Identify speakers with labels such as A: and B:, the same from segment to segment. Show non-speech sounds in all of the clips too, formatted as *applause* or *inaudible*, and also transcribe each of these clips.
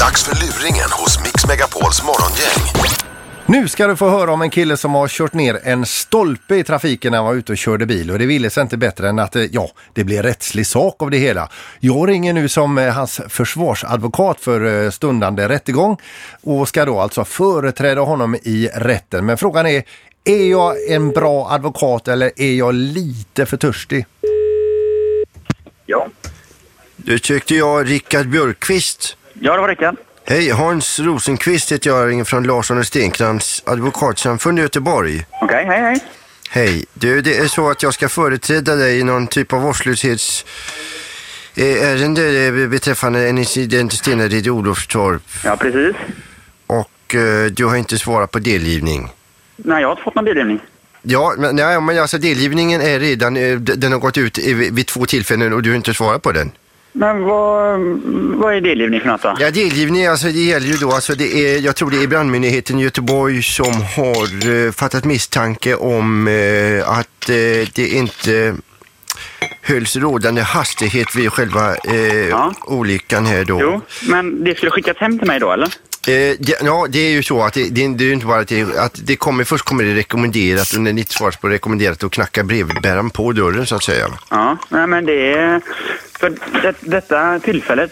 A: Dags för luringen hos Mix Megapols morgongäng.
B: Nu ska du få höra om en kille som har kört ner en stolpe i trafiken när han var ute och körde bil och det ville sig inte bättre än att eh, ja, det blev rättslig sak av det hela. Jag ringer nu som eh, hans försvarsadvokat för eh, stundande rättegång och ska då alltså företräda honom i rätten. Men frågan är, är jag en bra advokat eller är jag lite för törstig?
C: Ja.
D: Du tyckte jag Rickard Björkqvist.
C: Ja, det var Rickard.
D: Hej, Hans Rosenqvist heter jag, ringer från Larsson och Stenkrans advokatsamfund i Göteborg.
C: Okej, hej, hej.
D: Hej, du det är så att jag ska företräda dig i någon typ av vårdslöshets eh, ärende eh, beträffande en incident i Stenared i Olofstorp
C: Ja, precis.
D: och eh, du har inte svarat på delgivning.
C: Nej, jag har inte fått någon bildelning.
D: Ja, men, nej, men alltså delgivningen är redan, eh, d- den har gått ut i- vid två tillfällen och du har inte svarat på den.
C: Men vad, vad är delgivning för något då?
D: Ja, delgivning, alltså det gäller ju då, alltså det är, jag tror det är brandmyndigheten i Göteborg som har eh, fattat misstanke om eh, att eh, det inte hölls rådande hastighet vid själva eh,
C: Ja.
D: olyckan här då.
C: Jo, men det skulle skickas hem till mig då, eller?
D: Eh, det- ja, det är ju så att det, det, det är ju inte bara att det, att det kommer, först kommer det rekommenderat och när det inte svaras på rekommenderat då knackar brevbäraren på dörren så att säga. Eh,
C: Ja, nej men det är... För det, detta tillfället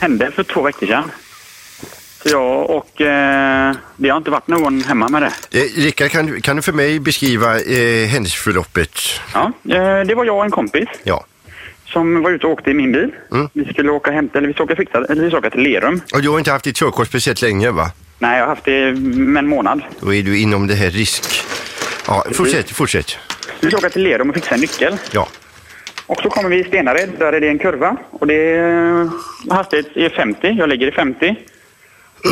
C: hände för två veckor sedan. Så jag och... Eh, det har inte varit någon hemma med det.
D: Eh, Rickard, kan, du- kan du för mig beskriva eh, händelseförloppet?
C: Ja, eh, det var jag och en kompis
D: Ja.
C: som var ute och åkte i min bil.
D: Mm.
C: Vi skulle åka hem, eller vi skulle åka, fixa, eller vi skulle åka till Lerum.
D: Och du har inte haft ditt körkort speciellt länge va?
C: Nej, jag har haft det med en månad.
D: Då är du inom det här risk... Ja, fortsätt, fortsätt.
C: Vi skulle åka till Lerum och fixa en nyckel.
D: Ja.
C: Och så kommer vi i Stenared, där är det en kurva. Och det är, eh, hastighet är 50, jag ligger i 50.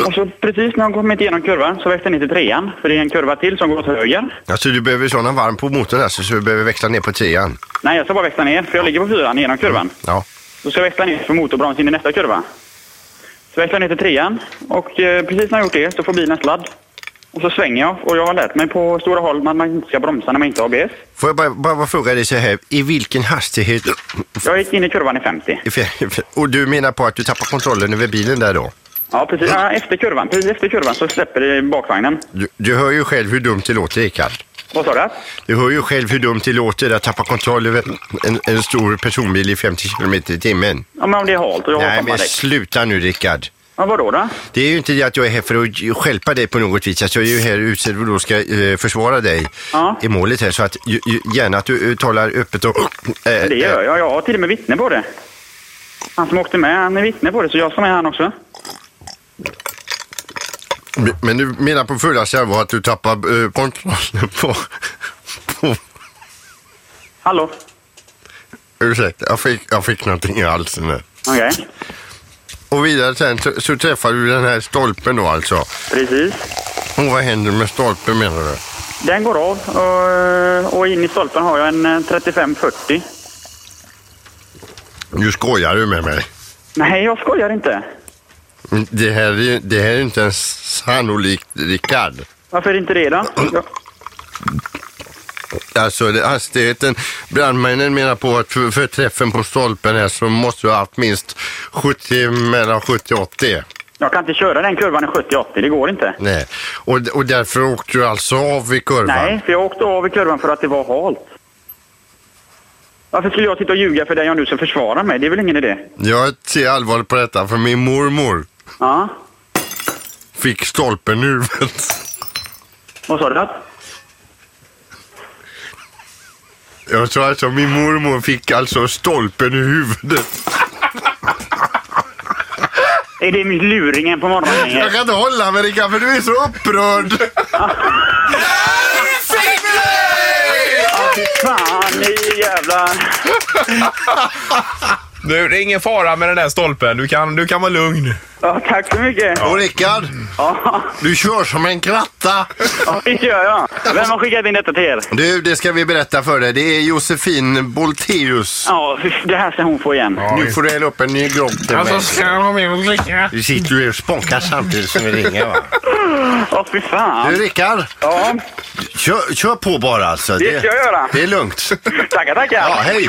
C: Och så precis när jag kommit igenom kurvan så växte den till trean, för det är en kurva till som går åt höger.
D: Alltså du behöver sådana varm på motorn alltså, så du behöver växla ner på trean.
C: Nej, jag ska bara växla ner, för jag ligger på fyran genom kurvan.
D: Ja.
C: Då ska jag växla ner för motorbroms in i nästa kurva. Så växlar jag ner till trean och eh, precis när jag gjort det så får bilen sladd. Och så svänger jag och jag har lärt mig på stora håll att man inte ska bromsa när man inte har ABS.
D: Får jag bara, bara fråga dig så här, i vilken hastighet... *clears throat*
C: Jag gick in i kurvan i 50.
D: Och du menar på att du tappar kontrollen över bilen där då?
C: Ja, precis. Ja, efter kurvan. Precis efter kurvan så släpper det bakvagnen.
D: Du, du hör ju själv hur dumt det låter, Rickard.
C: Vad sa du?
D: Du hör ju själv hur dumt det låter att tappa kontroll över en, en stor personbil i 50 km i timmen.
C: Ja, men om det är halt och jag har
D: Nej, men
C: sommardäck.
D: sluta nu, Rickard.
C: Ja, vadå då?
D: Det är ju inte det att jag är här för att stjälpa dig på något vis. Alltså, jag är ju här utsedd och då ska eh, försvara dig
C: Ja.
D: i målet här. Så att, ju, ju, gärna att du eh, talar öppet och... eh,
C: Det
D: eh,
C: gör jag. Jag har till och med vittne på det. Han som åkte med, han är vittne på det, så jag som är han också.
D: eh, Men du menar på fullaste allvar att du tappar eh, kontrollen *laughs* på... på
C: Hallå?
D: ursäkta, jag fick, jag fick någonting i halsen nu.
C: Okej.
D: Och vidare sen så, så träffar du den här stolpen då alltså.
C: Precis.
D: Och vad händer med stolpen menar du?
C: Den går av och, och in i stolpen har jag en eh, 35-40.
D: Nu skojar du med mig.
C: Nej, jag skojar inte.
D: Det här är, ju- det här är inte ens sannolikt, Rickard.
C: Varför inte det
D: *clears throat*
C: då? Ja.
D: Alltså det, hastigheten, brandmännen menar på att för, för träffen på stolpen här så måste du ha haft minst 70, mellan 70 och 80.
C: Jag kan inte köra den kurvan i 70-80, det går inte.
D: Nej. Och, och därför åkte du alltså av i kurvan?
C: Nej, för jag åkte av i kurvan för att det var halt. Varför skulle jag sitta och ljuga för dig om du ska försvara mig? Det är väl ingen idé?
D: Jag ser allvarligt på detta för min mormor
C: Ja,
D: fick stolpen i huvudet.
C: vad sa du?
D: Jag sa alltså min mormor fick alltså stolpen i huvudet.
C: Är det luringen på morgonen?
D: Jag kan inte hålla mig Rickard för du är så upprörd.
C: Ja, fy fan, ni jävla...
E: Nu, det är ingen fara med den där stolpen. Du kan, du kan vara lugn.
C: Ja, tack så mycket.
D: Och Rickard,
C: Ja,
D: du kör som en kratta.
C: ja, det gör jag. Vem har skickat in detta till er?
D: Du, det ska vi berätta för dig. Det är Josefin Bolteus.
C: Ja, fy, det här ska hon få igen.
D: Nu får du hälla upp en ny grogg till
E: Alltså,
D: mig.
E: han med och dricka?
D: Du sitter ju och spånkar samtidigt som vi ringer va?
C: Ja, fy
D: Du
C: fan.
D: Rickard,
C: Ja,
D: kör, kör på bara alltså.
C: Det ska jag göra.
D: Det är lugnt.
C: tackar,
D: Ja,
C: tackar.
D: hej.